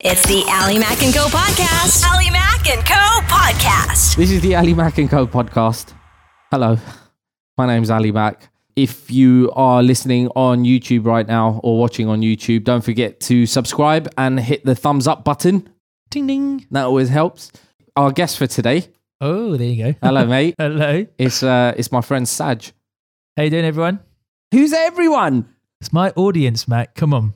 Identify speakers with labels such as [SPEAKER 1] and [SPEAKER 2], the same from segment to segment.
[SPEAKER 1] It's the Ally Mac and Co podcast. Ally Mac and Co podcast.
[SPEAKER 2] This is the Ali Mac and Co podcast. Hello, my name's Ali Mac. If you are listening on YouTube right now or watching on YouTube, don't forget to subscribe and hit the thumbs up button.
[SPEAKER 3] Ding ding.
[SPEAKER 2] That always helps. Our guest for today,
[SPEAKER 3] Oh, there you go.
[SPEAKER 2] hello mate,
[SPEAKER 3] Hello.
[SPEAKER 2] it's uh, it's my friend Saj.
[SPEAKER 3] How you doing, everyone?
[SPEAKER 2] Who's everyone?
[SPEAKER 3] It's my audience, Matt. Come on.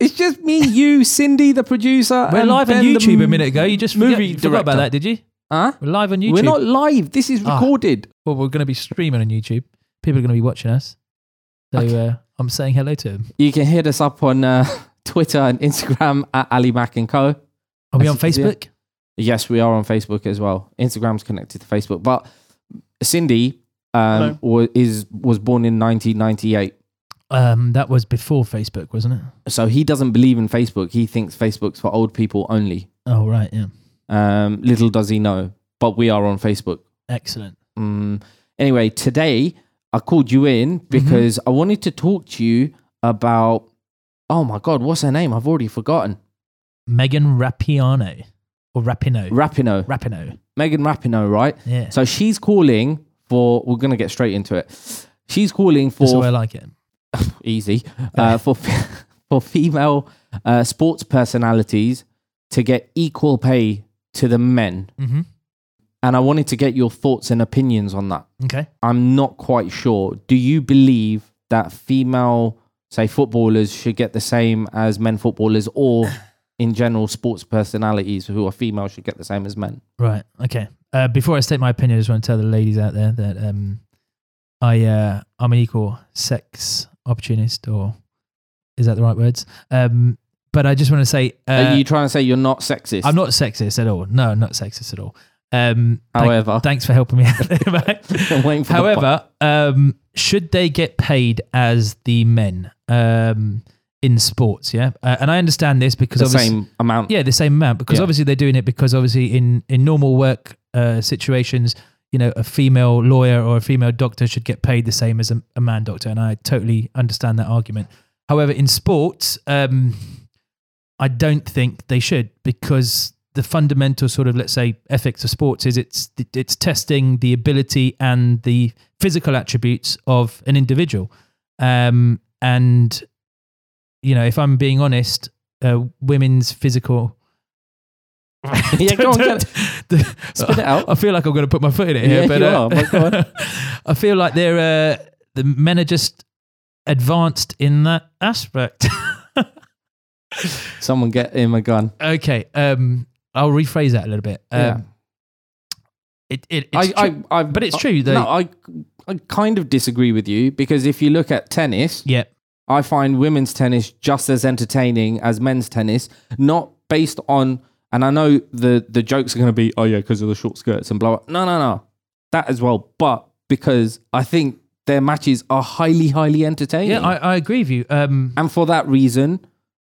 [SPEAKER 2] It's just me, you, Cindy, the producer.
[SPEAKER 3] We're
[SPEAKER 2] and
[SPEAKER 3] live on
[SPEAKER 2] Ben, the
[SPEAKER 3] YouTube a
[SPEAKER 2] m-
[SPEAKER 3] minute ago. You just
[SPEAKER 2] movie
[SPEAKER 3] forget, you forgot about
[SPEAKER 2] director.
[SPEAKER 3] that, did you?
[SPEAKER 2] Huh?
[SPEAKER 3] We're live on YouTube.
[SPEAKER 2] We're not live. This is
[SPEAKER 3] Ah.
[SPEAKER 2] recorded.
[SPEAKER 3] Well, we're going to be streaming on YouTube. People are going to be watching us. So uh, I'm saying hello to them.
[SPEAKER 2] You can hit us up on uh, Twitter and Instagram at Ali Mac and Co.
[SPEAKER 3] Are we
[SPEAKER 2] As
[SPEAKER 3] on
[SPEAKER 2] you can see-
[SPEAKER 3] Facebook?
[SPEAKER 2] Yes, we are on Facebook as well. Instagram's connected to Facebook, but Cindy um, was, is was born in 1998,
[SPEAKER 3] Um, that was before Facebook, wasn't it?
[SPEAKER 2] so he doesn't believe in Facebook. He thinks Facebook's for old people only.
[SPEAKER 3] Oh, right. Yeah.
[SPEAKER 2] Um, little does he know, but we are on Facebook.
[SPEAKER 3] Excellent.
[SPEAKER 2] Um, anyway, today I called you in because I wanted to talk to you about. Oh my God, what's her name? I've already forgotten.
[SPEAKER 3] Megan Rapiano or Rapino.
[SPEAKER 2] Rapinoe,
[SPEAKER 3] Rapino.
[SPEAKER 2] Megan Rapinoe, right?
[SPEAKER 3] Yeah.
[SPEAKER 2] So she's calling for. We're gonna get straight into it. She's calling for
[SPEAKER 3] That's the way I like it.
[SPEAKER 2] easy uh, for fe- for female uh, sports personalities to get equal pay to the men.
[SPEAKER 3] Mm-hmm.
[SPEAKER 2] And I wanted to get your thoughts and opinions on that.
[SPEAKER 3] Okay.
[SPEAKER 2] I'm not quite sure. Do you believe that female, say, footballers should get the same as men footballers, or in general, sports personalities who are female should get the same as men?
[SPEAKER 3] Right. Okay. Uh, before I state my opinion, I just want to tell the ladies out there that um, I uh, I'm an equal sex opportunist, or is that the right words? Um, but I just want to say
[SPEAKER 2] are
[SPEAKER 3] uh,
[SPEAKER 2] you trying to say you're not sexist?
[SPEAKER 3] I'm not sexist at all. No, I'm not sexist at all. Um, thank-
[SPEAKER 2] However,
[SPEAKER 3] thanks for helping me out there, mate.
[SPEAKER 2] I'm waiting for the
[SPEAKER 3] However, um, should they get paid as the men um, in sports? Yeah, uh, and I understand this because
[SPEAKER 2] the
[SPEAKER 3] obviously,
[SPEAKER 2] same amount.
[SPEAKER 3] yeah, the same amount because
[SPEAKER 2] Yeah.
[SPEAKER 3] obviously they're doing it because obviously in in normal work uh, situations, you know, a female lawyer or a female doctor should get paid the same as a, a man doctor, and I totally understand that argument. However, in sports, um, I don't think they should because the fundamental sort of let's say ethics of sports is it's it's testing the ability and the physical attributes of an individual, um, and you know if I'm being honest, uh, women's physical.
[SPEAKER 2] Yeah, go on, get it. Spit it out.
[SPEAKER 3] I feel like I'm going to put my foot in it here,
[SPEAKER 2] Yeah,
[SPEAKER 3] but
[SPEAKER 2] you
[SPEAKER 3] uh,
[SPEAKER 2] are, but go on.
[SPEAKER 3] I feel like they're uh, the men are just advanced in that aspect.
[SPEAKER 2] Someone get him a gun.
[SPEAKER 3] okay, um, I'll rephrase that a little bit. Um,
[SPEAKER 2] Yeah.
[SPEAKER 3] It, it, it's
[SPEAKER 2] I,
[SPEAKER 3] true.
[SPEAKER 2] I, I,
[SPEAKER 3] but it's
[SPEAKER 2] I-
[SPEAKER 3] true, they-
[SPEAKER 2] No, I, I kind of disagree with you because if you look at tennis,
[SPEAKER 3] yeah,
[SPEAKER 2] I find women's tennis just as entertaining as men's tennis, not based on. And I know the the jokes are going to be, oh yeah, because of the short skirts and blah. blah. No, no, no, that as well. But because I think their matches are highly, highly entertaining.
[SPEAKER 3] yeah, I, I agree with you. Um,
[SPEAKER 2] and for that reason,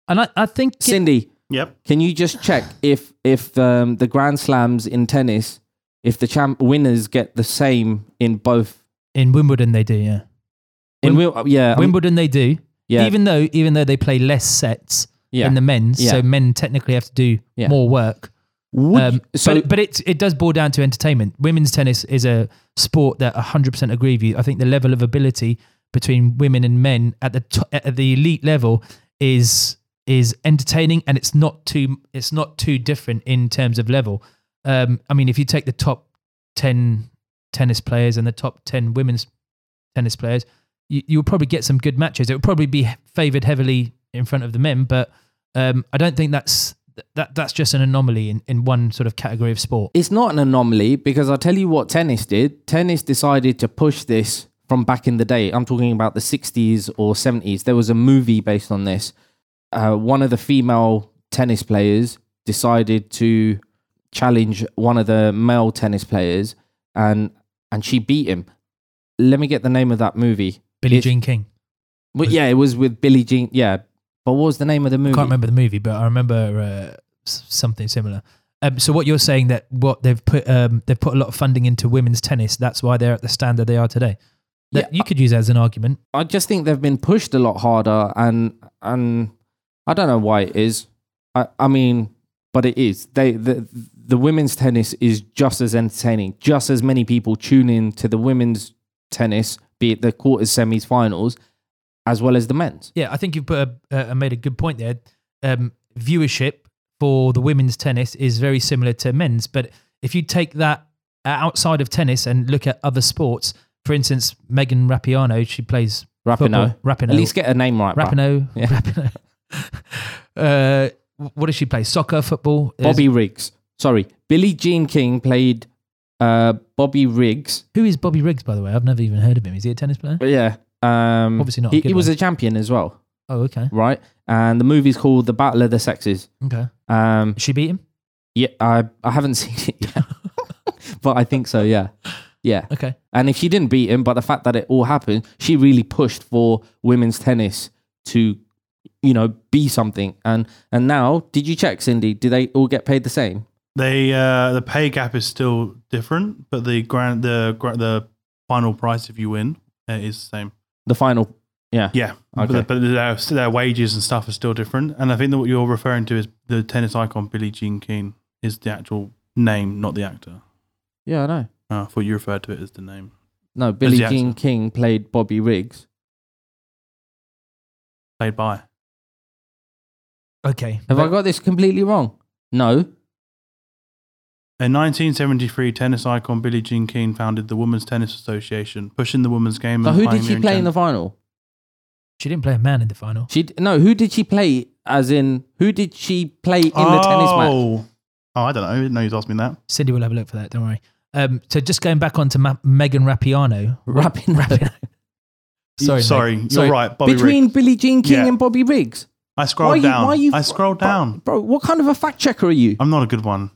[SPEAKER 3] and I, I think it-
[SPEAKER 2] Cindy,
[SPEAKER 4] Yep.
[SPEAKER 2] Can you just check if if um, the Grand Slams in tennis, if the champ winners get the same in both?
[SPEAKER 3] in Wimbledon they do, yeah,
[SPEAKER 2] In Wim- yeah, um,
[SPEAKER 3] Wimbledon they do.
[SPEAKER 2] yeah,
[SPEAKER 3] Even though even though they play less sets
[SPEAKER 2] yeah.
[SPEAKER 3] than the men's,
[SPEAKER 2] Yeah.
[SPEAKER 3] so men technically have to do
[SPEAKER 2] Yeah.
[SPEAKER 3] more work.
[SPEAKER 2] Would-
[SPEAKER 3] Um,
[SPEAKER 2] so
[SPEAKER 3] but, but it it does boil down to entertainment. Women's tennis is a sport that 100% agree with you. I think the level of ability between women and men at the to- at the elite level is is entertaining, and it's not too it's not too different in terms of level. Um, I mean, if you take the top 10 tennis players and the top 10 women's tennis players, you, you'll probably get some good matches. It would probably be favored heavily in front of the men, but um, I don't think that's that that's just an anomaly in, in one sort of category of sport.
[SPEAKER 2] it's not an anomaly because I'll tell you what tennis did. Tennis decided to push this from back in the day. I'm talking about the 60s or 70s. There was a movie based on this. Uh, one of the female tennis players decided to challenge one of the male tennis players and and she beat him. Let me get the name of that movie.
[SPEAKER 3] Billie
[SPEAKER 2] It-
[SPEAKER 3] Jean King.
[SPEAKER 2] But yeah, it was with Billie Jean. Yeah. But what was the name of the movie?
[SPEAKER 3] Can't remember the movie, but I remember uh, s- something similar. Um, so what you're saying that what they've put um, they've put a lot of funding into women's tennis. That's why they're at the standard they are today. That
[SPEAKER 2] Yeah.
[SPEAKER 3] you could use as an argument.
[SPEAKER 2] I just think they've been pushed a lot harder and and I don't know why it is. I, I mean, but it is. They the the women's tennis is just as entertaining. Just as many people tune in to the women's tennis, be it the quarters, semis, finals, as well as the men's.
[SPEAKER 3] Yeah, I think you've put a, uh, made a good point there. Um, viewership for the women's tennis is very similar to men's, but if you take that outside of tennis and look at other sports, for instance, Megan Rapiano, she plays
[SPEAKER 2] Rapinoe.
[SPEAKER 3] football. Rapinoe,
[SPEAKER 2] At least get a name right. bruh.
[SPEAKER 3] Rapinoe,
[SPEAKER 2] Yeah.
[SPEAKER 3] Rapinoe. uh, what does she play? Soccer, football. Is-
[SPEAKER 2] Bobby Riggs. Sorry, Billie Jean King played uh, Bobby Riggs.
[SPEAKER 3] who is Bobby Riggs? By the way, I've never even heard of him. Is he a tennis player?
[SPEAKER 2] But yeah, um,
[SPEAKER 3] Obviously not a
[SPEAKER 2] He,
[SPEAKER 3] good
[SPEAKER 2] he was
[SPEAKER 3] one.
[SPEAKER 2] a champion as well,
[SPEAKER 3] Oh, okay,
[SPEAKER 2] right? And the movie's called The Battle of the Sexes.
[SPEAKER 3] okay.
[SPEAKER 2] Um,
[SPEAKER 3] She beat him.
[SPEAKER 2] yeah, I I haven't seen it yet, but I think so. Yeah, yeah.
[SPEAKER 3] Okay,
[SPEAKER 2] And if she didn't beat him, but the fact that it all happened, she really pushed for women's tennis to, you know, be something. And and now, did you check, Cindy? Do they all get paid the same?
[SPEAKER 4] They uh, the pay gap is still different, but the grand the gra- the final price if you win uh, is the same.
[SPEAKER 2] The final, yeah,
[SPEAKER 4] Yeah,
[SPEAKER 2] Okay.
[SPEAKER 4] but, but their, their wages and stuff are still different. And I think that what you're referring to is the tennis icon Billie Jean King is the actual name, not the actor.
[SPEAKER 2] yeah, I know.
[SPEAKER 4] Uh, I thought you referred to it as the name.
[SPEAKER 2] No, Billie
[SPEAKER 4] the actor.
[SPEAKER 2] Jean King played Bobby Riggs.
[SPEAKER 4] Played by.
[SPEAKER 3] okay.
[SPEAKER 2] Have I got this completely wrong? No.
[SPEAKER 4] In 1973, tennis icon Billie Jean King founded the Women's Tennis Association, pushing the women's game.
[SPEAKER 2] So
[SPEAKER 4] and
[SPEAKER 2] who did she
[SPEAKER 4] pioneering
[SPEAKER 2] play in
[SPEAKER 4] gen-
[SPEAKER 2] the final?
[SPEAKER 3] She didn't play a man in the final.
[SPEAKER 2] She d- no. Who did she play? As in, who did she play in the tennis match?
[SPEAKER 4] Oh. Oh, I don't know. I didn't know you was asking me that.
[SPEAKER 3] Cindy will have a look for that. Don't worry. Um, so just going back onto Ma- Megan Rapiano.
[SPEAKER 2] Rapping, rapping.
[SPEAKER 3] Sorry, mate.
[SPEAKER 4] sorry, you're
[SPEAKER 2] Sorry.
[SPEAKER 4] right. Bobby
[SPEAKER 2] Between
[SPEAKER 4] Riggs.
[SPEAKER 2] Billie Jean King
[SPEAKER 4] Yeah.
[SPEAKER 2] and Bobby Riggs.
[SPEAKER 4] I
[SPEAKER 2] why
[SPEAKER 4] scrolled
[SPEAKER 2] you-
[SPEAKER 4] down.
[SPEAKER 2] why you-
[SPEAKER 4] I scrolled down.
[SPEAKER 2] Bro, what kind of a fact checker are you?
[SPEAKER 4] I'm not a good one.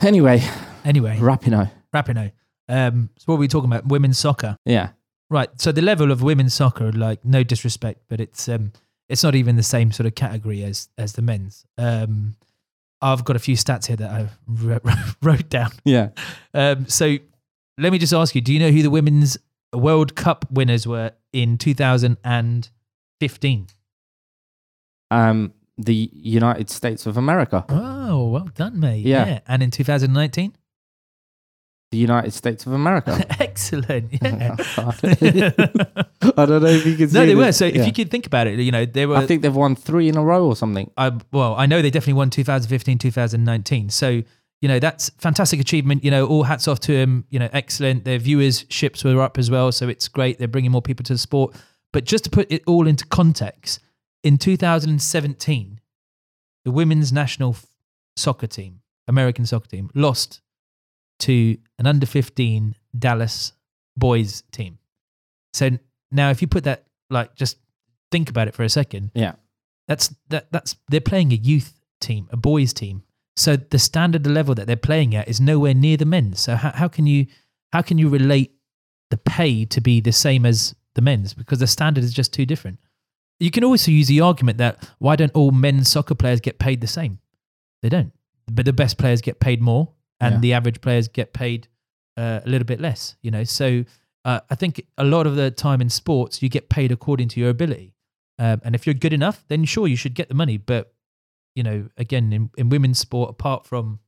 [SPEAKER 2] Anyway,
[SPEAKER 3] Anyway,
[SPEAKER 2] Rapinoe.
[SPEAKER 3] Rapinoe. Um, so what were we talking about? Women's soccer,
[SPEAKER 2] Yeah.
[SPEAKER 3] right? So the level of women's soccer, like no disrespect, but it's um, it's not even the same sort of category as as the men's. Um, I've got a few stats here that I wrote- wrote down.
[SPEAKER 2] Yeah.
[SPEAKER 3] Um, so let me just ask you: Do you know who the women's World Cup winners were in 2015?
[SPEAKER 2] Um, the United States of America.
[SPEAKER 3] Oh, well done, mate.
[SPEAKER 2] Yeah.
[SPEAKER 3] And in 2019?
[SPEAKER 2] The United States of America.
[SPEAKER 3] Excellent. Yeah.
[SPEAKER 2] I don't know if you can see
[SPEAKER 3] no, they
[SPEAKER 2] this.
[SPEAKER 3] were. So
[SPEAKER 2] Yeah.
[SPEAKER 3] if you could think about it, you know, they
[SPEAKER 4] uh,
[SPEAKER 3] were.
[SPEAKER 2] I think they've won three in a row or something.
[SPEAKER 3] I well, I know they definitely won 2015, 2019. So you know that's fantastic achievement. You know, all hats off to them. You know, excellent. Their viewerships were up as well, so it's great. They're bringing more people to the sport. But just to put it all into context, in 2017, the women's national f- soccer team, American soccer team, lost to an under 15 Dallas boys team. So now, if you put that, like, just think about it for a second.
[SPEAKER 2] Yeah.
[SPEAKER 3] That's that that's they're playing a youth team, a boys team. So the standard level that they're playing at is nowhere near the men's. So how, how can you how can you relate the pay to be the same as the men's because the standard is just too different. You can also use the argument that why don't all men's soccer players get paid the same? They don't. But the best players get paid more and
[SPEAKER 2] Yeah.
[SPEAKER 3] the average players get paid uh, a little bit less, you know. So uh, I think a lot of the time in sports you get paid according to your ability. Um, and if you're good enough, then sure you should get the money. But you know, again, in, in women's sport, apart from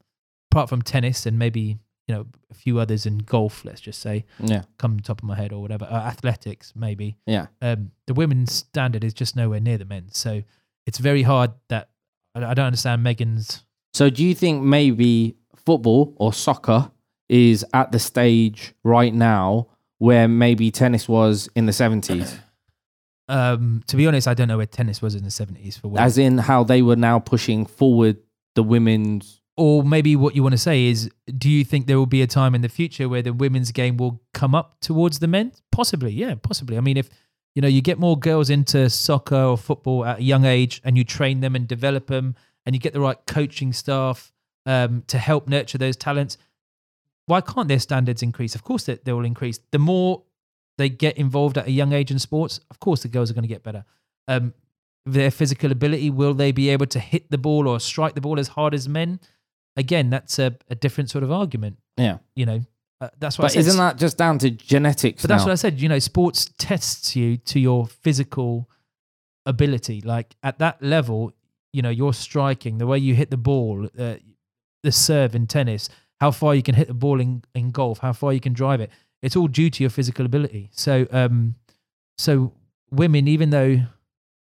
[SPEAKER 3] apart from tennis and maybe you know a few others in golf, let's just say,
[SPEAKER 2] Yeah.
[SPEAKER 3] come top of my head or whatever, uh, athletics maybe.
[SPEAKER 2] Yeah.
[SPEAKER 3] Um, the women's standard is just nowhere near the men's, so it's very hard. That I I don't understand Megan's.
[SPEAKER 2] So do you think maybe football or soccer is at the stage right now where maybe tennis was in the 70s?
[SPEAKER 3] Um, to be honest, I don't know where tennis was in the seventies for women,
[SPEAKER 2] As in how they were now pushing forward the women's.
[SPEAKER 3] or maybe what you want to say is, do you think there will be a time in the future where the women's game will come up towards the men? Possibly, yeah, possibly. I mean, if you know, you get more girls into soccer or football at a young age, and you train them and develop them, and you get the right coaching staff um, to help nurture those talents. Why can't their standards increase? Of course, they, they will increase. The more they get involved at a young age in sports, of course, the girls are going to get better. Um, their physical ability, will they be able to hit the ball or strike the ball as hard as men? Again, that's a, a different sort of argument.
[SPEAKER 2] Yeah.
[SPEAKER 3] You know, uh, that's why. I
[SPEAKER 2] But
[SPEAKER 3] said
[SPEAKER 2] isn't that just down to genetics?
[SPEAKER 3] but that's
[SPEAKER 2] now?
[SPEAKER 3] what I said. You know, sports tests you to your physical ability. Like at that level, you know your striking, the way you hit the ball, uh, the serve in tennis, how far you can hit the ball in, in golf, how far you can drive it. It's all due to your physical ability. So, um, so women, even though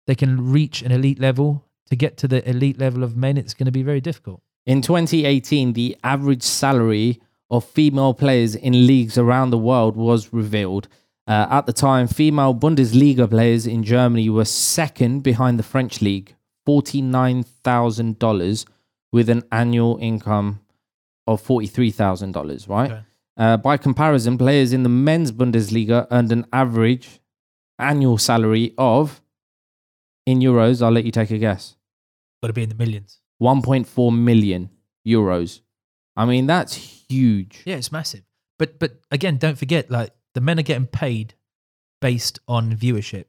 [SPEAKER 3] they can reach an elite level, to get to the elite level of men, it's going to be very difficult.
[SPEAKER 2] In 2018, the average salary of female players in leagues around the world was revealed. Uh, at the time, female Bundesliga players in Germany were second behind the French league, $49,000 with an annual income of $43,000, right?
[SPEAKER 3] Okay.
[SPEAKER 2] Uh, by comparison, players in the men's Bundesliga earned an average annual salary of, in euros, I'll let you take a guess.
[SPEAKER 3] Got to be in the millions.
[SPEAKER 2] 1.4 million euros. I mean, that's huge.
[SPEAKER 3] Yeah, it's massive. But but again, don't forget, like the men are getting paid based on viewership.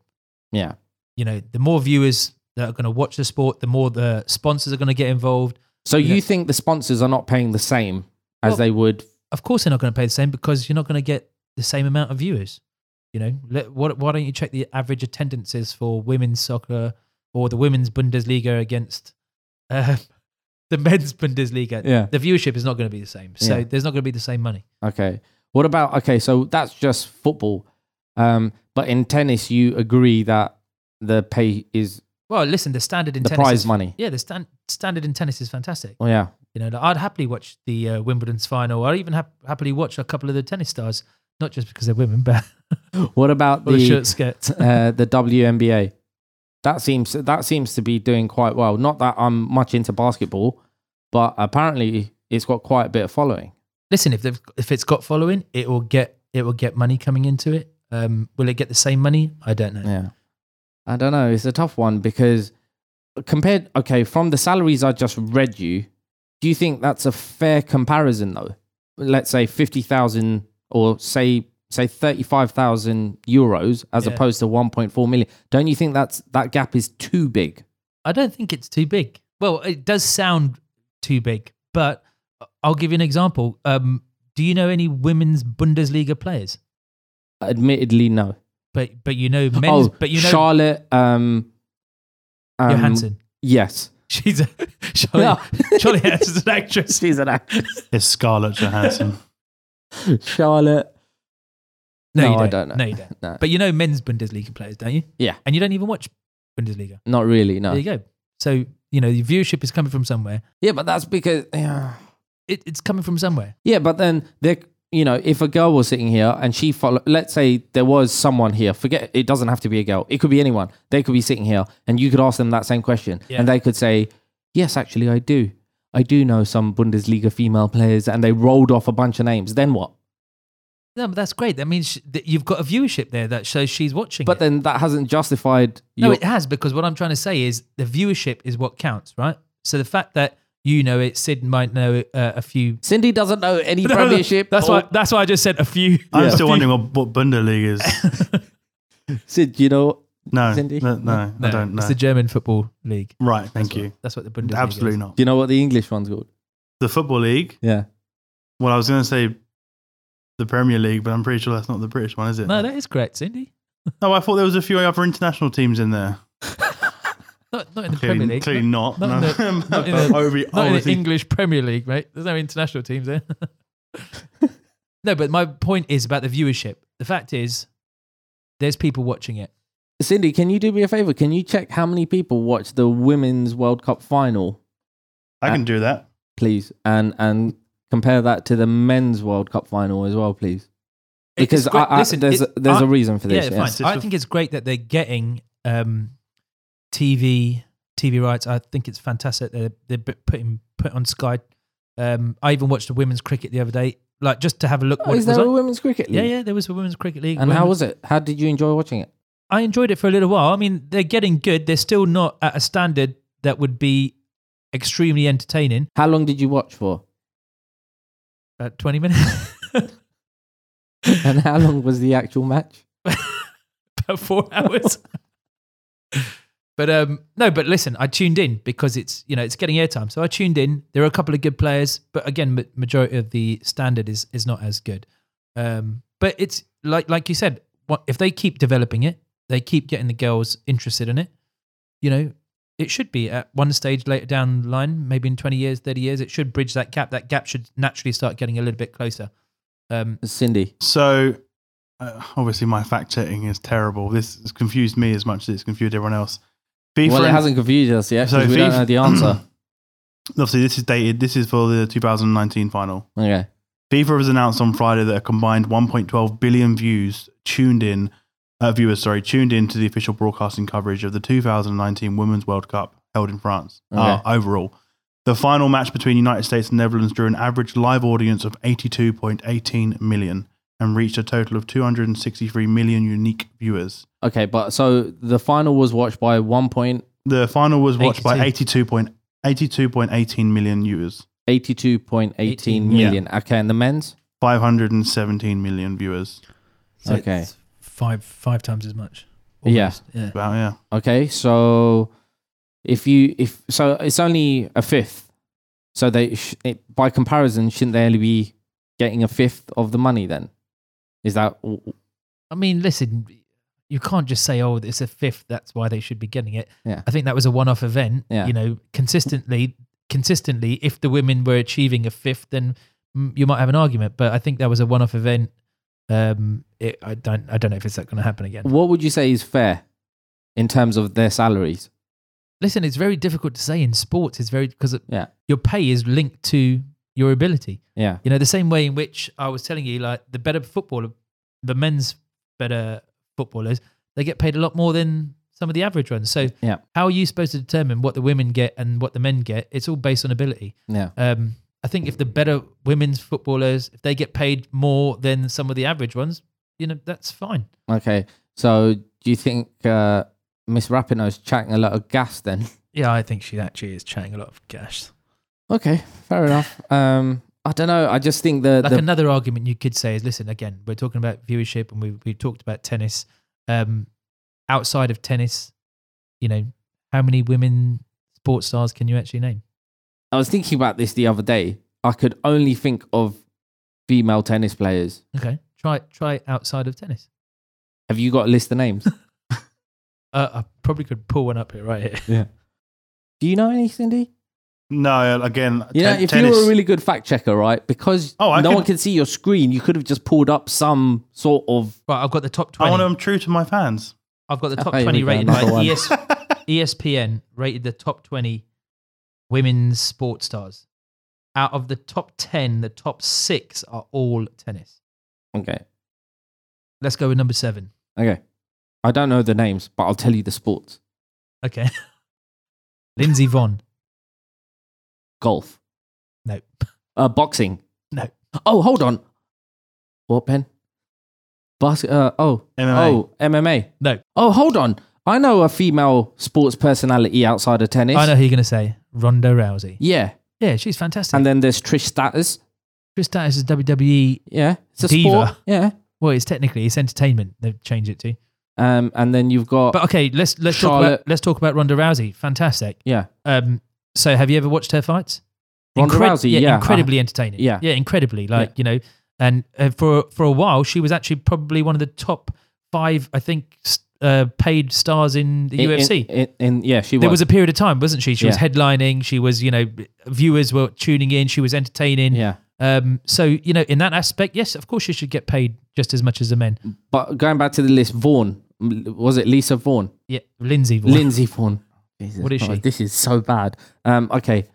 [SPEAKER 2] Yeah.
[SPEAKER 3] You know, the more viewers that are going to watch the sport, the more the sponsors are going to get involved.
[SPEAKER 2] So
[SPEAKER 3] Yeah.
[SPEAKER 2] you think the sponsors are not paying the same as
[SPEAKER 3] Well-
[SPEAKER 2] they would?
[SPEAKER 3] Of course, they're not going to pay the same because you're not going to get the same amount of viewers. You know, Let, what, why don't you check the average attendances for women's soccer or the women's Bundesliga against uh, the men's Bundesliga?
[SPEAKER 2] Yeah.
[SPEAKER 3] The viewership is not going to be the same. So
[SPEAKER 2] Yeah.
[SPEAKER 3] there's not going to be the same money.
[SPEAKER 2] Okay. What about okay? So that's just football, um, but in tennis, you agree that the pay is
[SPEAKER 3] Well, listen, the standard in
[SPEAKER 2] the
[SPEAKER 3] tennis
[SPEAKER 2] prize
[SPEAKER 3] is-
[SPEAKER 2] money.
[SPEAKER 3] Yeah, the stand, standard in tennis is fantastic.
[SPEAKER 2] Oh yeah.
[SPEAKER 3] You know, like, I'd happily watch the uh, Wimbledon's final. I'd even hap- happily watch a couple of the tennis stars, not just because they're women, but
[SPEAKER 2] What about
[SPEAKER 3] or the
[SPEAKER 2] the
[SPEAKER 3] shirt skirts.
[SPEAKER 2] uh, the WNBA? That seems that seems to be doing quite well. Not that I'm much into basketball, but apparently it's got quite a bit of following.
[SPEAKER 3] Listen, if they've, if it's got following, it will get it will get money coming into it. Um, will it get the same money? I don't know.
[SPEAKER 2] Yeah. I don't know. It's a tough one because compared, okay, from the salaries I just read you, do you think that's a fair comparison though? Let's say 50,000 or say, say 35,000 euros as
[SPEAKER 3] Yeah.
[SPEAKER 2] opposed to 1.4 million. Don't you think that's, that gap is too big?
[SPEAKER 3] I don't think it's too big. Well, it does sound too big, but I'll give you an example. Um, do you know any women's Bundesliga players?
[SPEAKER 2] Admittedly, no.
[SPEAKER 3] But but you know men's.
[SPEAKER 2] oh,
[SPEAKER 3] but you know
[SPEAKER 2] Charlotte, um, um,
[SPEAKER 3] Johansson.
[SPEAKER 2] Yes.
[SPEAKER 3] She's a Charlie, Charlie Hess is an actress.
[SPEAKER 2] She's an actress.
[SPEAKER 4] It's Scarlett Johansson.
[SPEAKER 2] Charlotte. No,
[SPEAKER 3] you
[SPEAKER 2] I don't know.
[SPEAKER 3] No, you don't.
[SPEAKER 2] No.
[SPEAKER 3] But you know men's Bundesliga players, don't you?
[SPEAKER 2] Yeah.
[SPEAKER 3] And you don't even watch Bundesliga.
[SPEAKER 2] Not really, no.
[SPEAKER 3] There you go. So you know the viewership is coming from somewhere.
[SPEAKER 2] Yeah, but that's because, yeah.
[SPEAKER 3] It, it's coming from somewhere.
[SPEAKER 2] Yeah, but then they you know, if a girl was sitting here and she follow, let's say there was someone here, forget it doesn't have to be a girl, it could be anyone. They could be sitting here and you could ask them that same question,
[SPEAKER 3] Yeah.
[SPEAKER 2] and they could say, "Yes, actually, I do. I do know some Bundesliga female players," and they rolled off a bunch of names. Then what?
[SPEAKER 3] No, but that's great. That means sh- that you've got a viewership there that shows she's watching.
[SPEAKER 2] But
[SPEAKER 3] it.
[SPEAKER 2] then that hasn't justified.
[SPEAKER 3] no,
[SPEAKER 2] your-
[SPEAKER 3] it has because what I'm trying to say is the viewership is what counts, right? So the fact that you know it, Sid might know uh, a few.
[SPEAKER 2] Cindy doesn't know any
[SPEAKER 3] No, no, no.
[SPEAKER 2] Premiership. Oh.
[SPEAKER 3] That's
[SPEAKER 2] or-
[SPEAKER 3] why. That's why I just said a few.
[SPEAKER 4] I'm
[SPEAKER 2] Yeah.
[SPEAKER 4] still wondering what, what Bundesliga is.
[SPEAKER 2] Sid, do you know.
[SPEAKER 4] No,
[SPEAKER 2] Cindy?
[SPEAKER 4] no, no, I don't know.
[SPEAKER 3] It's the German football league.
[SPEAKER 4] right, thank you.
[SPEAKER 3] That's what the Bundesliga.
[SPEAKER 4] Absolutely
[SPEAKER 3] is.
[SPEAKER 4] not.
[SPEAKER 2] Do you know what the English one's called?
[SPEAKER 4] The football league.
[SPEAKER 2] Yeah.
[SPEAKER 4] Well, I was going to say the Premier League, but I'm pretty sure that's not the British one, is it?
[SPEAKER 3] No, that is correct, Cindy.
[SPEAKER 4] No, I thought there was a few other international teams in there.
[SPEAKER 3] Not, not in the Premier
[SPEAKER 4] Clearly,
[SPEAKER 3] League.
[SPEAKER 4] clearly not.
[SPEAKER 3] not in the-
[SPEAKER 4] No.
[SPEAKER 3] not in the-
[SPEAKER 4] Obvi-
[SPEAKER 3] Not in the
[SPEAKER 4] obviously-
[SPEAKER 3] English Premier League, mate. There's no international teams there. no, but my point is about the viewership. The fact is, there's people watching it.
[SPEAKER 2] Cindy, can you do me a favor? Can you check how many people watched the Women's World Cup final
[SPEAKER 4] I can do that.
[SPEAKER 2] please, and and compare that to the men's World Cup final as well, please. Because
[SPEAKER 3] It's great-
[SPEAKER 2] I, I,
[SPEAKER 3] listen,
[SPEAKER 2] there's
[SPEAKER 3] it-
[SPEAKER 2] a, there's
[SPEAKER 3] I-
[SPEAKER 2] a reason for this.
[SPEAKER 3] Yeah,
[SPEAKER 2] Yeah,
[SPEAKER 3] fine.
[SPEAKER 4] It's just
[SPEAKER 3] I
[SPEAKER 4] a-
[SPEAKER 3] think it's great that they're getting um, TV TV rights. I think it's fantastic. They're they're bu- putting put on Sky. Um, I even watched the women's cricket the other day, like just to have a look.
[SPEAKER 2] Oh,
[SPEAKER 3] what
[SPEAKER 2] is
[SPEAKER 3] it was
[SPEAKER 2] there a
[SPEAKER 3] like.
[SPEAKER 2] women's cricket league?
[SPEAKER 3] Yeah, yeah, there was a women's cricket league.
[SPEAKER 2] And how
[SPEAKER 3] women-
[SPEAKER 2] was it? How did you enjoy watching it?
[SPEAKER 3] I enjoyed it for a little while. I mean, they're getting good. They're still not at a standard that would be extremely entertaining.
[SPEAKER 2] How long did you watch for?
[SPEAKER 3] About twenty minutes,
[SPEAKER 2] And how long was the actual match?
[SPEAKER 3] about four hours. but um, no, but listen, I tuned in because it's you know it's getting airtime. So I tuned in. There are a couple of good players, but again, ma- majority of the standard is is not as good. Um, but it's like like you said, what, if they keep developing it, they keep getting the girls interested in it. You know, it should be at one stage later down the line, maybe in 20 years, 30 years, it should bridge that gap. That gap should naturally start getting a little bit closer. Um,
[SPEAKER 2] Cindy.
[SPEAKER 4] So, uh, obviously, my fact checking is terrible. This has confused me as much as it's confused everyone else. FIFA
[SPEAKER 2] well, it
[SPEAKER 4] and-
[SPEAKER 2] hasn't confused us yet
[SPEAKER 4] So
[SPEAKER 2] because we don't
[SPEAKER 4] FIFA
[SPEAKER 2] know the answer.
[SPEAKER 4] obviously, this is dated. This is for the 2019 final.
[SPEAKER 2] okay.
[SPEAKER 4] FIFA has announced on Friday that a combined 1.12 billion views tuned in, uh, viewers, sorry, tuned in to the official broadcasting coverage of the 2019 Women's World Cup held in France. Uh, overall, the final match between United States and Netherlands drew an average live audience of 82.18 million and reached a total of 263 million unique viewers.
[SPEAKER 2] Okay, but so the final was watched by 1.82.18
[SPEAKER 4] The final was watched by 82 point, 82.18 million viewers,
[SPEAKER 2] million. Okay, and the men's?
[SPEAKER 4] 517 million viewers.
[SPEAKER 2] So Okay. it's
[SPEAKER 3] Five, five times as much.
[SPEAKER 2] Almost.
[SPEAKER 3] Yeah.
[SPEAKER 4] About yeah.
[SPEAKER 2] Okay, so if you if so, it's only a fifth. So they sh- it, by comparison, shouldn't they only be getting a fifth of the money then? Is that
[SPEAKER 3] I mean, listen, you can't just say, "Oh, it's a fifth, that's why they should be getting it."
[SPEAKER 2] Yeah.
[SPEAKER 3] I think that was a one-off event.
[SPEAKER 2] Yeah.
[SPEAKER 3] You know, consistently, consistently, if the women were achieving a fifth, then mm, you might have an argument. But I think that was a one-off event. Um, it, I don't, I don't know if it's going to happen again.
[SPEAKER 2] what would you say is fair in terms of their salaries?
[SPEAKER 3] Listen, it's very difficult to say in sports. It's very because
[SPEAKER 2] Yeah.
[SPEAKER 3] your pay is linked to your ability.
[SPEAKER 2] Yeah,
[SPEAKER 3] You know, the same way in which I was telling you, like the better footballer, the men's better footballers, they get paid a lot more than some of the average ones. So,
[SPEAKER 2] Yeah.
[SPEAKER 3] how are you supposed to determine what the women get and what the men get? It's all based on ability.
[SPEAKER 2] yeah.
[SPEAKER 3] Um, I think if the better women's footballers, if they get paid more than some of the average ones, you know, that's fine.
[SPEAKER 2] Okay, so do you think uh, Miss Rapinoe's chatting a lot of gas then?
[SPEAKER 3] Yeah, I think she actually is chatting a lot of cash.
[SPEAKER 2] Okay, fair enough. Um, I don't know. I just think the,
[SPEAKER 3] like
[SPEAKER 2] the
[SPEAKER 3] another argument you could say is listen again we're talking about viewership and we we talked about tennis um outside of tennis you know how many women sports stars can you actually name
[SPEAKER 2] I was thinking about this the other day. I could only think of female tennis players.
[SPEAKER 3] okay try try outside of tennis
[SPEAKER 2] Have you got a list of names?
[SPEAKER 3] uh, I probably could pull one up here right here
[SPEAKER 2] Do you know any, Cindy?
[SPEAKER 4] No, uh, again,
[SPEAKER 2] You know,
[SPEAKER 4] ten-
[SPEAKER 2] if
[SPEAKER 4] tennis.
[SPEAKER 2] you were a really good fact checker, right? Because
[SPEAKER 4] Oh, I
[SPEAKER 2] no
[SPEAKER 4] could-
[SPEAKER 2] one can see your screen, you could have just pulled up some sort of.
[SPEAKER 3] right I've got the top
[SPEAKER 4] I
[SPEAKER 3] 20
[SPEAKER 4] want them true to my fans.
[SPEAKER 3] I've got the top
[SPEAKER 2] Hey, Oh, here we
[SPEAKER 3] 20
[SPEAKER 2] go,
[SPEAKER 3] rated by E
[SPEAKER 2] another one.
[SPEAKER 3] ES, ESPN rated the top 20 women's sports stars out of the top 10 the top 6 are all tennis
[SPEAKER 2] Okay.
[SPEAKER 3] let's go with number 7
[SPEAKER 2] Okay. I don't know the names, but I'll tell you the sports
[SPEAKER 3] Okay. Lindsay Vaughn.
[SPEAKER 2] golf,
[SPEAKER 3] No.
[SPEAKER 2] uh, boxing.
[SPEAKER 3] No.
[SPEAKER 2] Oh, hold on. What, pen? Bas- uh, oh.
[SPEAKER 4] MMA.
[SPEAKER 2] Oh, MMA.
[SPEAKER 3] No.
[SPEAKER 2] Oh, hold on. I know a female sports personality outside of tennis.
[SPEAKER 3] I know who you're going to say. Ronda Rousey.
[SPEAKER 2] Yeah.
[SPEAKER 3] Yeah, she's fantastic.
[SPEAKER 2] And then there's Trish Stratus.
[SPEAKER 3] Chris Status is WWE.
[SPEAKER 2] Yeah. It's a
[SPEAKER 3] Diva.
[SPEAKER 2] sport. Yeah.
[SPEAKER 3] E, Well, it's technically it's entertainment. They've changed it to.
[SPEAKER 2] Um, and then you've got.
[SPEAKER 3] But okay, let's let's talk
[SPEAKER 2] Charlotte.
[SPEAKER 3] about let's talk about Ronda Rousey. Fantastic.
[SPEAKER 2] yeah.
[SPEAKER 3] Um, so have you ever watched her fights?
[SPEAKER 2] Ronda
[SPEAKER 3] Incred-
[SPEAKER 2] Rousey, yeah, I-
[SPEAKER 3] incredibly entertaining.
[SPEAKER 2] yeah.
[SPEAKER 3] yeah, incredibly. Like you know, and uh, for for a while she was actually probably one of the top five, I think, s- uh, paid stars in the
[SPEAKER 2] In-
[SPEAKER 3] UFC.
[SPEAKER 2] In, in, in- yeah, she
[SPEAKER 3] there
[SPEAKER 2] was.
[SPEAKER 3] was a period of time, wasn't she? She was
[SPEAKER 2] Yeah.
[SPEAKER 3] headlining. She was, you know, viewers were tuning in. She was entertaining.
[SPEAKER 2] yeah.
[SPEAKER 3] Um. So you know, in that aspect, yes, of course, she should get paid just as much as the men.
[SPEAKER 2] But going back to the list, Vaughn. M- Was it Lisa Vaughn?
[SPEAKER 3] Yeah, Lindsay. Vaughn.
[SPEAKER 2] Lindsay Vaughn. Jesus
[SPEAKER 3] What is she?
[SPEAKER 2] Christ, This is so bad. Um, okay.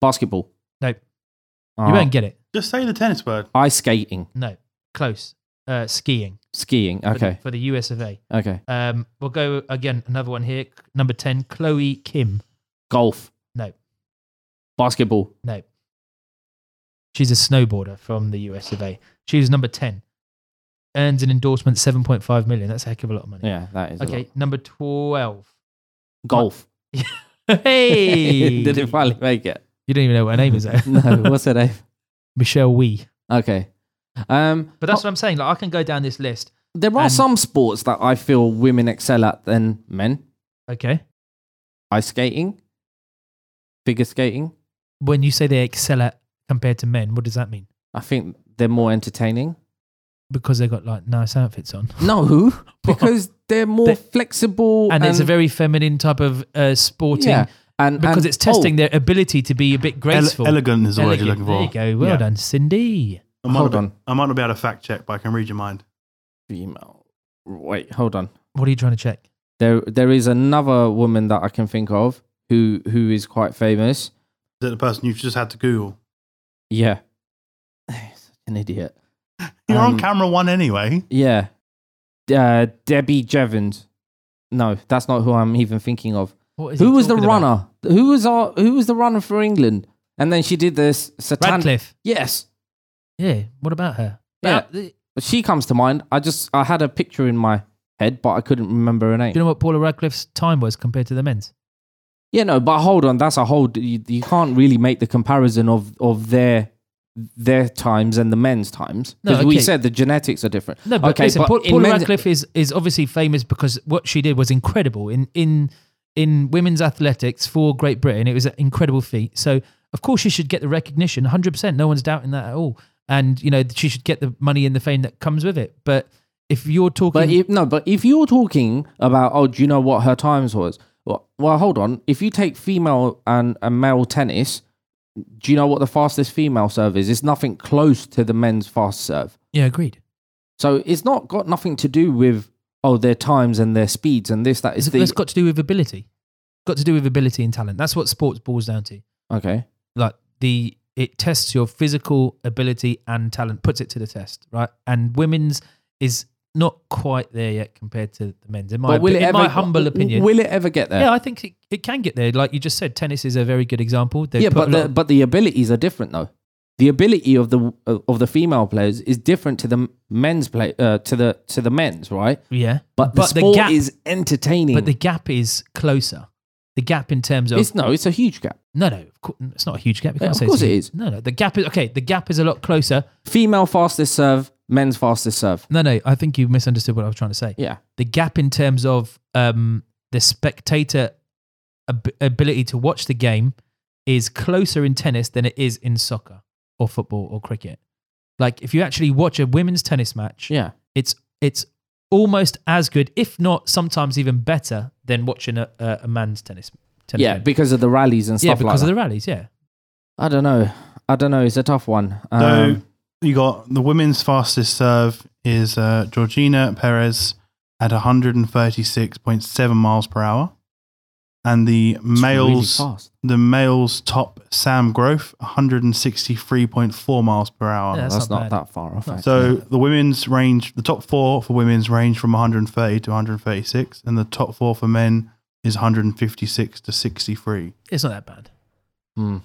[SPEAKER 2] Basketball.
[SPEAKER 3] no, you
[SPEAKER 2] Uh,
[SPEAKER 3] won't get it.
[SPEAKER 4] Just say the tennis word.
[SPEAKER 2] Ice skating.
[SPEAKER 3] No, close. Uh, skiing.
[SPEAKER 2] Skiing.
[SPEAKER 3] for the-
[SPEAKER 2] Okay.
[SPEAKER 3] For the US of A.
[SPEAKER 2] Okay.
[SPEAKER 3] Um, we'll go again. Another one here. Number ten, Chloe Kim.
[SPEAKER 2] Golf.
[SPEAKER 3] No.
[SPEAKER 2] Basketball.
[SPEAKER 3] No. She's a snowboarder from the US of A. She was number ten. Earns an endorsement seven point five million. That's a heck of a lot of money.
[SPEAKER 2] Yeah, that is. a lot.
[SPEAKER 3] Okay, number twelve.
[SPEAKER 2] Golf.
[SPEAKER 3] Hey,
[SPEAKER 2] Did it finally make it?
[SPEAKER 3] you don't even know what her name is. though.
[SPEAKER 2] No. What's her name?
[SPEAKER 3] Michelle Wee.
[SPEAKER 2] Okay. Um,
[SPEAKER 3] But that's what I'm saying. Like I can go down this list.
[SPEAKER 2] There are
[SPEAKER 3] And-
[SPEAKER 2] some sports that I feel women excel at than men.
[SPEAKER 3] Okay.
[SPEAKER 2] Ice skating, figure skating.
[SPEAKER 3] When you say they excel at compared to men, what does that mean?
[SPEAKER 2] I think they're more entertaining.
[SPEAKER 3] because they got like nice outfits on,
[SPEAKER 2] No, because they're more
[SPEAKER 3] They-
[SPEAKER 2] flexible
[SPEAKER 3] and, it's a very feminine type of uh, sporting
[SPEAKER 2] yeah, and
[SPEAKER 3] because
[SPEAKER 2] and-
[SPEAKER 3] it's testing
[SPEAKER 2] oh,
[SPEAKER 3] their ability to be a bit
[SPEAKER 4] Ele-
[SPEAKER 3] graceful.
[SPEAKER 4] elegant is the word you're looking
[SPEAKER 3] Elegant.
[SPEAKER 4] for.
[SPEAKER 3] There you go. Well
[SPEAKER 4] Yeah.
[SPEAKER 3] done, Cindy.
[SPEAKER 4] I might,
[SPEAKER 2] Hold
[SPEAKER 4] not be-
[SPEAKER 2] on.
[SPEAKER 4] I might not be able to fact check, but I can read your mind.
[SPEAKER 2] female. Wait, hold on.
[SPEAKER 3] What are you trying to check?
[SPEAKER 2] There there is another woman that I can think of who who is quite famous.
[SPEAKER 4] Is it the person you've just had to Google?
[SPEAKER 2] Yeah. Such an idiot.
[SPEAKER 4] You're
[SPEAKER 2] Um,
[SPEAKER 4] on camera one anyway.
[SPEAKER 2] Yeah. Uh, Debbie Jevons. No, that's not who I'm even thinking of.
[SPEAKER 3] What is
[SPEAKER 2] Who
[SPEAKER 3] he
[SPEAKER 2] was the
[SPEAKER 3] talking about?
[SPEAKER 2] runner? Who was our who was the runner for England? And then she did this satanic
[SPEAKER 3] Radcliffe.
[SPEAKER 2] Yes.
[SPEAKER 3] Yeah. What about her?
[SPEAKER 2] Yeah.
[SPEAKER 3] About the-
[SPEAKER 2] She comes to mind. I just I had a picture in my head, but I couldn't remember her name.
[SPEAKER 3] do you know what Paula Radcliffe's time was compared to the men's?
[SPEAKER 2] Yeah, no, but hold on, that's a whole. You, you can't really make the comparison of of their their times and the men's times
[SPEAKER 3] No,
[SPEAKER 2] because we
[SPEAKER 3] okay.
[SPEAKER 2] said the genetics are different.
[SPEAKER 3] No, but
[SPEAKER 2] okay,
[SPEAKER 3] listen,
[SPEAKER 2] but
[SPEAKER 3] Paul,
[SPEAKER 2] in
[SPEAKER 3] Paula
[SPEAKER 2] men's-
[SPEAKER 3] Radcliffe is, is obviously famous because what she did was incredible in in in women's athletics for Great Britain. It was an incredible feat. So of course she should get the recognition, hundred percent. No one's doubting that at all. And you know she should get the money and the fame that comes with it. But if you're talking,
[SPEAKER 2] But if, no, but if you're talking about, oh, do you know what her times was? Well, well, hold on. If you take female and, and male tennis, do you know what the fastest female serve is? It's nothing close to the men's fast serve.
[SPEAKER 3] yeah, agreed.
[SPEAKER 2] So it's not got nothing to do with oh their times and their speeds and this that is
[SPEAKER 3] It's,
[SPEAKER 2] the
[SPEAKER 3] that's got to do with ability. Got to do with ability and talent. That's what sports boils down to.
[SPEAKER 2] okay.
[SPEAKER 3] like the it tests your physical ability and talent puts it to the test right and women's is not quite there yet compared to the men's in my,
[SPEAKER 2] But will it
[SPEAKER 3] opi- in
[SPEAKER 2] ever,
[SPEAKER 3] my humble opinion
[SPEAKER 2] Will it ever get there?
[SPEAKER 3] yeah i think it, it can get there like you just said tennis is a very good example They
[SPEAKER 2] yeah,
[SPEAKER 3] put
[SPEAKER 2] but
[SPEAKER 3] a lot
[SPEAKER 2] the,
[SPEAKER 3] of-
[SPEAKER 2] but the abilities are different though. The ability of the uh, of the female players is different to the men's play uh, to the to the men's right.
[SPEAKER 3] yeah
[SPEAKER 2] But the
[SPEAKER 3] But the
[SPEAKER 2] sport
[SPEAKER 3] gap-
[SPEAKER 2] is entertaining.
[SPEAKER 3] but the gap is closer the gap in terms of
[SPEAKER 2] it's no, it's a huge gap.
[SPEAKER 3] no no of cour- it's not a huge gap You
[SPEAKER 2] Yeah,
[SPEAKER 3] can't
[SPEAKER 2] of
[SPEAKER 3] say
[SPEAKER 2] course
[SPEAKER 3] it's a
[SPEAKER 2] it is.
[SPEAKER 3] huge- no no the gap is okay the gap is a lot closer
[SPEAKER 2] Female fastest serve, men's fastest serve.
[SPEAKER 3] no no i think you misunderstood what i was trying to say
[SPEAKER 2] Yeah,
[SPEAKER 3] the gap in terms of um, the spectator ab- ability to watch the game is closer in tennis than it is in soccer or football or cricket. Like if you actually watch a women's tennis match,
[SPEAKER 2] yeah.
[SPEAKER 3] it's it's almost as good, if not sometimes even better, than watching a, a, a man's tennis. tennis
[SPEAKER 2] Yeah,
[SPEAKER 3] game.
[SPEAKER 2] because of the rallies and
[SPEAKER 3] yeah,
[SPEAKER 2] stuff like
[SPEAKER 3] because
[SPEAKER 2] that.
[SPEAKER 3] of the rallies. Yeah,
[SPEAKER 2] I don't know. I don't know. It's a tough one.
[SPEAKER 4] So
[SPEAKER 2] Um,
[SPEAKER 4] you got the women's fastest serve is uh, Georgina Perez at 136.7 miles per hour, and the
[SPEAKER 2] it's really
[SPEAKER 4] males
[SPEAKER 2] fast.
[SPEAKER 4] the males top Sam Grove 163.4 miles per hour.
[SPEAKER 3] Yeah, that's
[SPEAKER 2] Oh, That's
[SPEAKER 3] not
[SPEAKER 2] not
[SPEAKER 3] bad.
[SPEAKER 2] that far off.
[SPEAKER 3] No.
[SPEAKER 2] actually.
[SPEAKER 4] So the women's range, the top four for women's range from 130 to 136, and the top four for men is 156 to 63.
[SPEAKER 3] it's not that bad.
[SPEAKER 2] Hmm.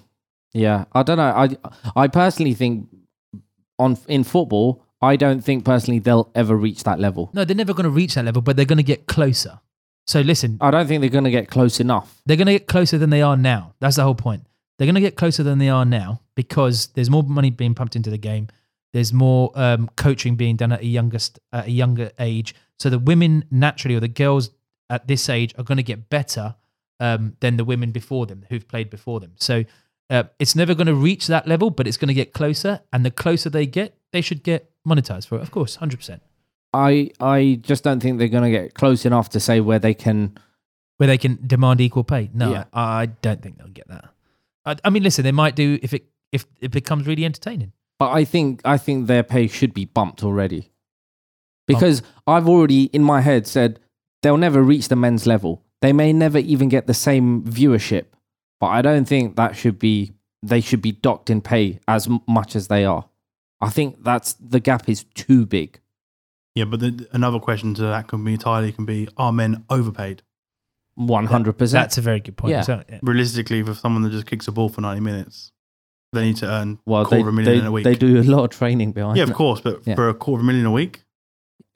[SPEAKER 2] Yeah, I don't know. I I personally think on in football, I don't think personally they'll ever reach that level.
[SPEAKER 3] No, they're never going to reach that level, but they're going to get closer. So listen,
[SPEAKER 2] I don't think they're going to get close enough.
[SPEAKER 3] They're going to get closer than they are now. That's the whole point. They're going to get closer than they are now because there's more money being pumped into the game. There's more um, coaching being done at a youngest at a younger age. So the women naturally, or the girls at this age, are going to get better um, than the women before them who've played before them. So uh, it's never going to reach that level, but it's going to get closer. And the closer they get, they should get monetized for it. Of course, hundred percent.
[SPEAKER 2] I I just don't think they're going to get close enough to say where they can.
[SPEAKER 3] where they can demand equal pay. No,
[SPEAKER 2] Yeah.
[SPEAKER 3] I, I don't think they'll get that. I, I mean, listen, they might do if it if it becomes really entertaining.
[SPEAKER 2] But I think I think their pay should be bumped
[SPEAKER 4] Oh.
[SPEAKER 2] already, because I've already in my head said they'll never reach the men's level. They may never even get the same viewership. But I don't think that should be. They should be docked in pay as m- much as they are. I think that's the gap is too big.
[SPEAKER 4] Yeah, but the, another question to that can be entirely can be: Are men overpaid?
[SPEAKER 2] One hundred percent.
[SPEAKER 3] That's a very good point.
[SPEAKER 2] Yeah.
[SPEAKER 3] So, yeah.
[SPEAKER 4] Realistically, for someone that just kicks a ball for 90 minutes, they need to earn
[SPEAKER 2] Well, they,
[SPEAKER 4] quarter of a million
[SPEAKER 2] they,
[SPEAKER 4] in a week.
[SPEAKER 2] they do a lot of training behind.
[SPEAKER 4] Yeah, of
[SPEAKER 2] it.
[SPEAKER 4] course, but
[SPEAKER 2] Yeah.
[SPEAKER 4] for a quarter of a million a week,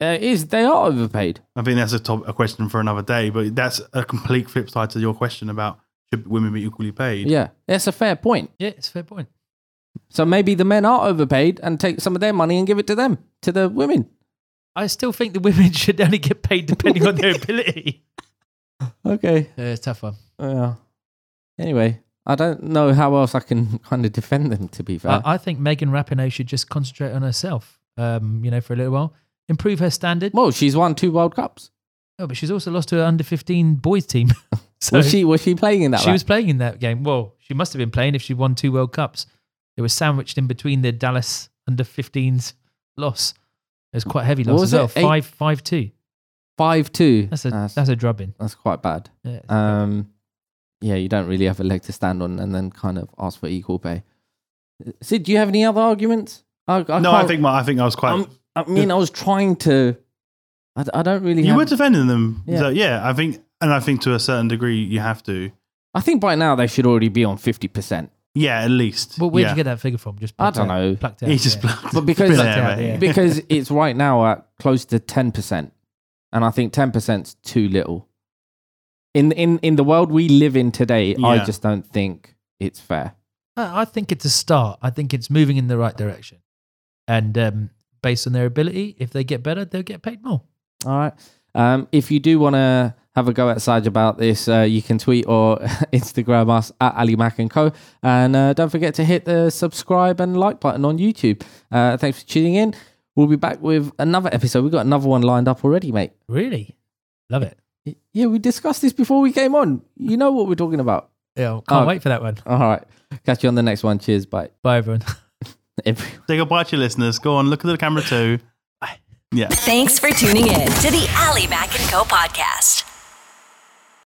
[SPEAKER 2] Uh, it is they are overpaid.
[SPEAKER 4] I think that's a, top, a question for another day. But that's a complete flip side to your question about should women be equally paid?
[SPEAKER 2] Yeah, that's a fair point.
[SPEAKER 3] yeah, it's a fair point.
[SPEAKER 2] So maybe the men are overpaid and take some of their money and give it to them, to the women.
[SPEAKER 3] I still think the women should only get paid depending on their ability.
[SPEAKER 2] Okay.
[SPEAKER 3] Yeah, it's a tough one.
[SPEAKER 2] Oh, Yeah. Anyway, I don't know how else I can kind of defend them. To be fair,
[SPEAKER 3] Uh, I, I think Megan Rapinoe should just concentrate on herself um, you know, for a little while. Improve her standard.
[SPEAKER 2] Well, she's won two World Cups.
[SPEAKER 3] Oh, but she's also lost to her under 15 boys team. so
[SPEAKER 2] was she was she playing in that?
[SPEAKER 3] she
[SPEAKER 2] match?
[SPEAKER 3] was playing in that game. Well, she must have been playing if she won two World Cups. It was sandwiched in between the Dallas under 15s loss. It was quite a heavy
[SPEAKER 2] What
[SPEAKER 3] loss
[SPEAKER 2] was
[SPEAKER 3] as well.
[SPEAKER 2] it? Eight-
[SPEAKER 3] Five, five, two.
[SPEAKER 2] five two.
[SPEAKER 3] That's a
[SPEAKER 2] that's,
[SPEAKER 3] that's, a drubbing.
[SPEAKER 2] that's quite bad.
[SPEAKER 3] Yeah.
[SPEAKER 2] Um, yeah, you don't really have a leg to stand on, and then kind of ask for equal pay. Sid, do you have any other arguments? I, I
[SPEAKER 4] no, I
[SPEAKER 2] can't-
[SPEAKER 4] think my, I think I was quite.
[SPEAKER 2] I'm- I mean, I was trying to. I, I don't really.
[SPEAKER 4] you
[SPEAKER 2] have,
[SPEAKER 4] were defending them,
[SPEAKER 2] Yeah.
[SPEAKER 4] so yeah. I think, and I think to a certain degree, you have to.
[SPEAKER 2] I think by now they should already be on fifty percent.
[SPEAKER 4] Yeah, at least.
[SPEAKER 3] well, where'd
[SPEAKER 4] yeah.
[SPEAKER 3] you get that figure from? Just
[SPEAKER 2] I
[SPEAKER 3] plucked
[SPEAKER 2] don't
[SPEAKER 3] out-
[SPEAKER 2] know.
[SPEAKER 3] Plucked out.
[SPEAKER 4] He just
[SPEAKER 3] yeah.
[SPEAKER 4] plucked-
[SPEAKER 2] But because-
[SPEAKER 4] been
[SPEAKER 2] Plucked
[SPEAKER 4] there,
[SPEAKER 3] out,
[SPEAKER 4] mate.
[SPEAKER 3] yeah.
[SPEAKER 2] because it's right now at close to 10%. And I think 10%'s too little. In in in the world we live in today, I
[SPEAKER 4] Yeah.
[SPEAKER 2] just don't think it's fair.
[SPEAKER 3] I I think it's a start. I think it's moving in the right direction. And um, based on their ability, if they get better, they'll get paid more.
[SPEAKER 2] All right. Um, if you do want to have a go at Saj about this, uh, you can tweet or Instagram us at Ali Mac and Co. And uh, don't forget to hit the subscribe and like button on YouTube. Uh, thanks for tuning in. We'll be back with another episode. We've got another one lined up already, mate.
[SPEAKER 3] Really? Love it.
[SPEAKER 2] Yeah, we discussed this before we came on. You know what we're talking about.
[SPEAKER 3] Yeah, can't
[SPEAKER 2] Oh.
[SPEAKER 3] wait for that one.
[SPEAKER 2] All right. Catch you on the next one. Cheers. Bye.
[SPEAKER 3] Bye, everyone.
[SPEAKER 2] Everyone.
[SPEAKER 4] Say goodbye to your listeners. Go on, look at the camera too. Yeah.
[SPEAKER 1] Thanks for tuning in to the Ally Mac and Co podcast.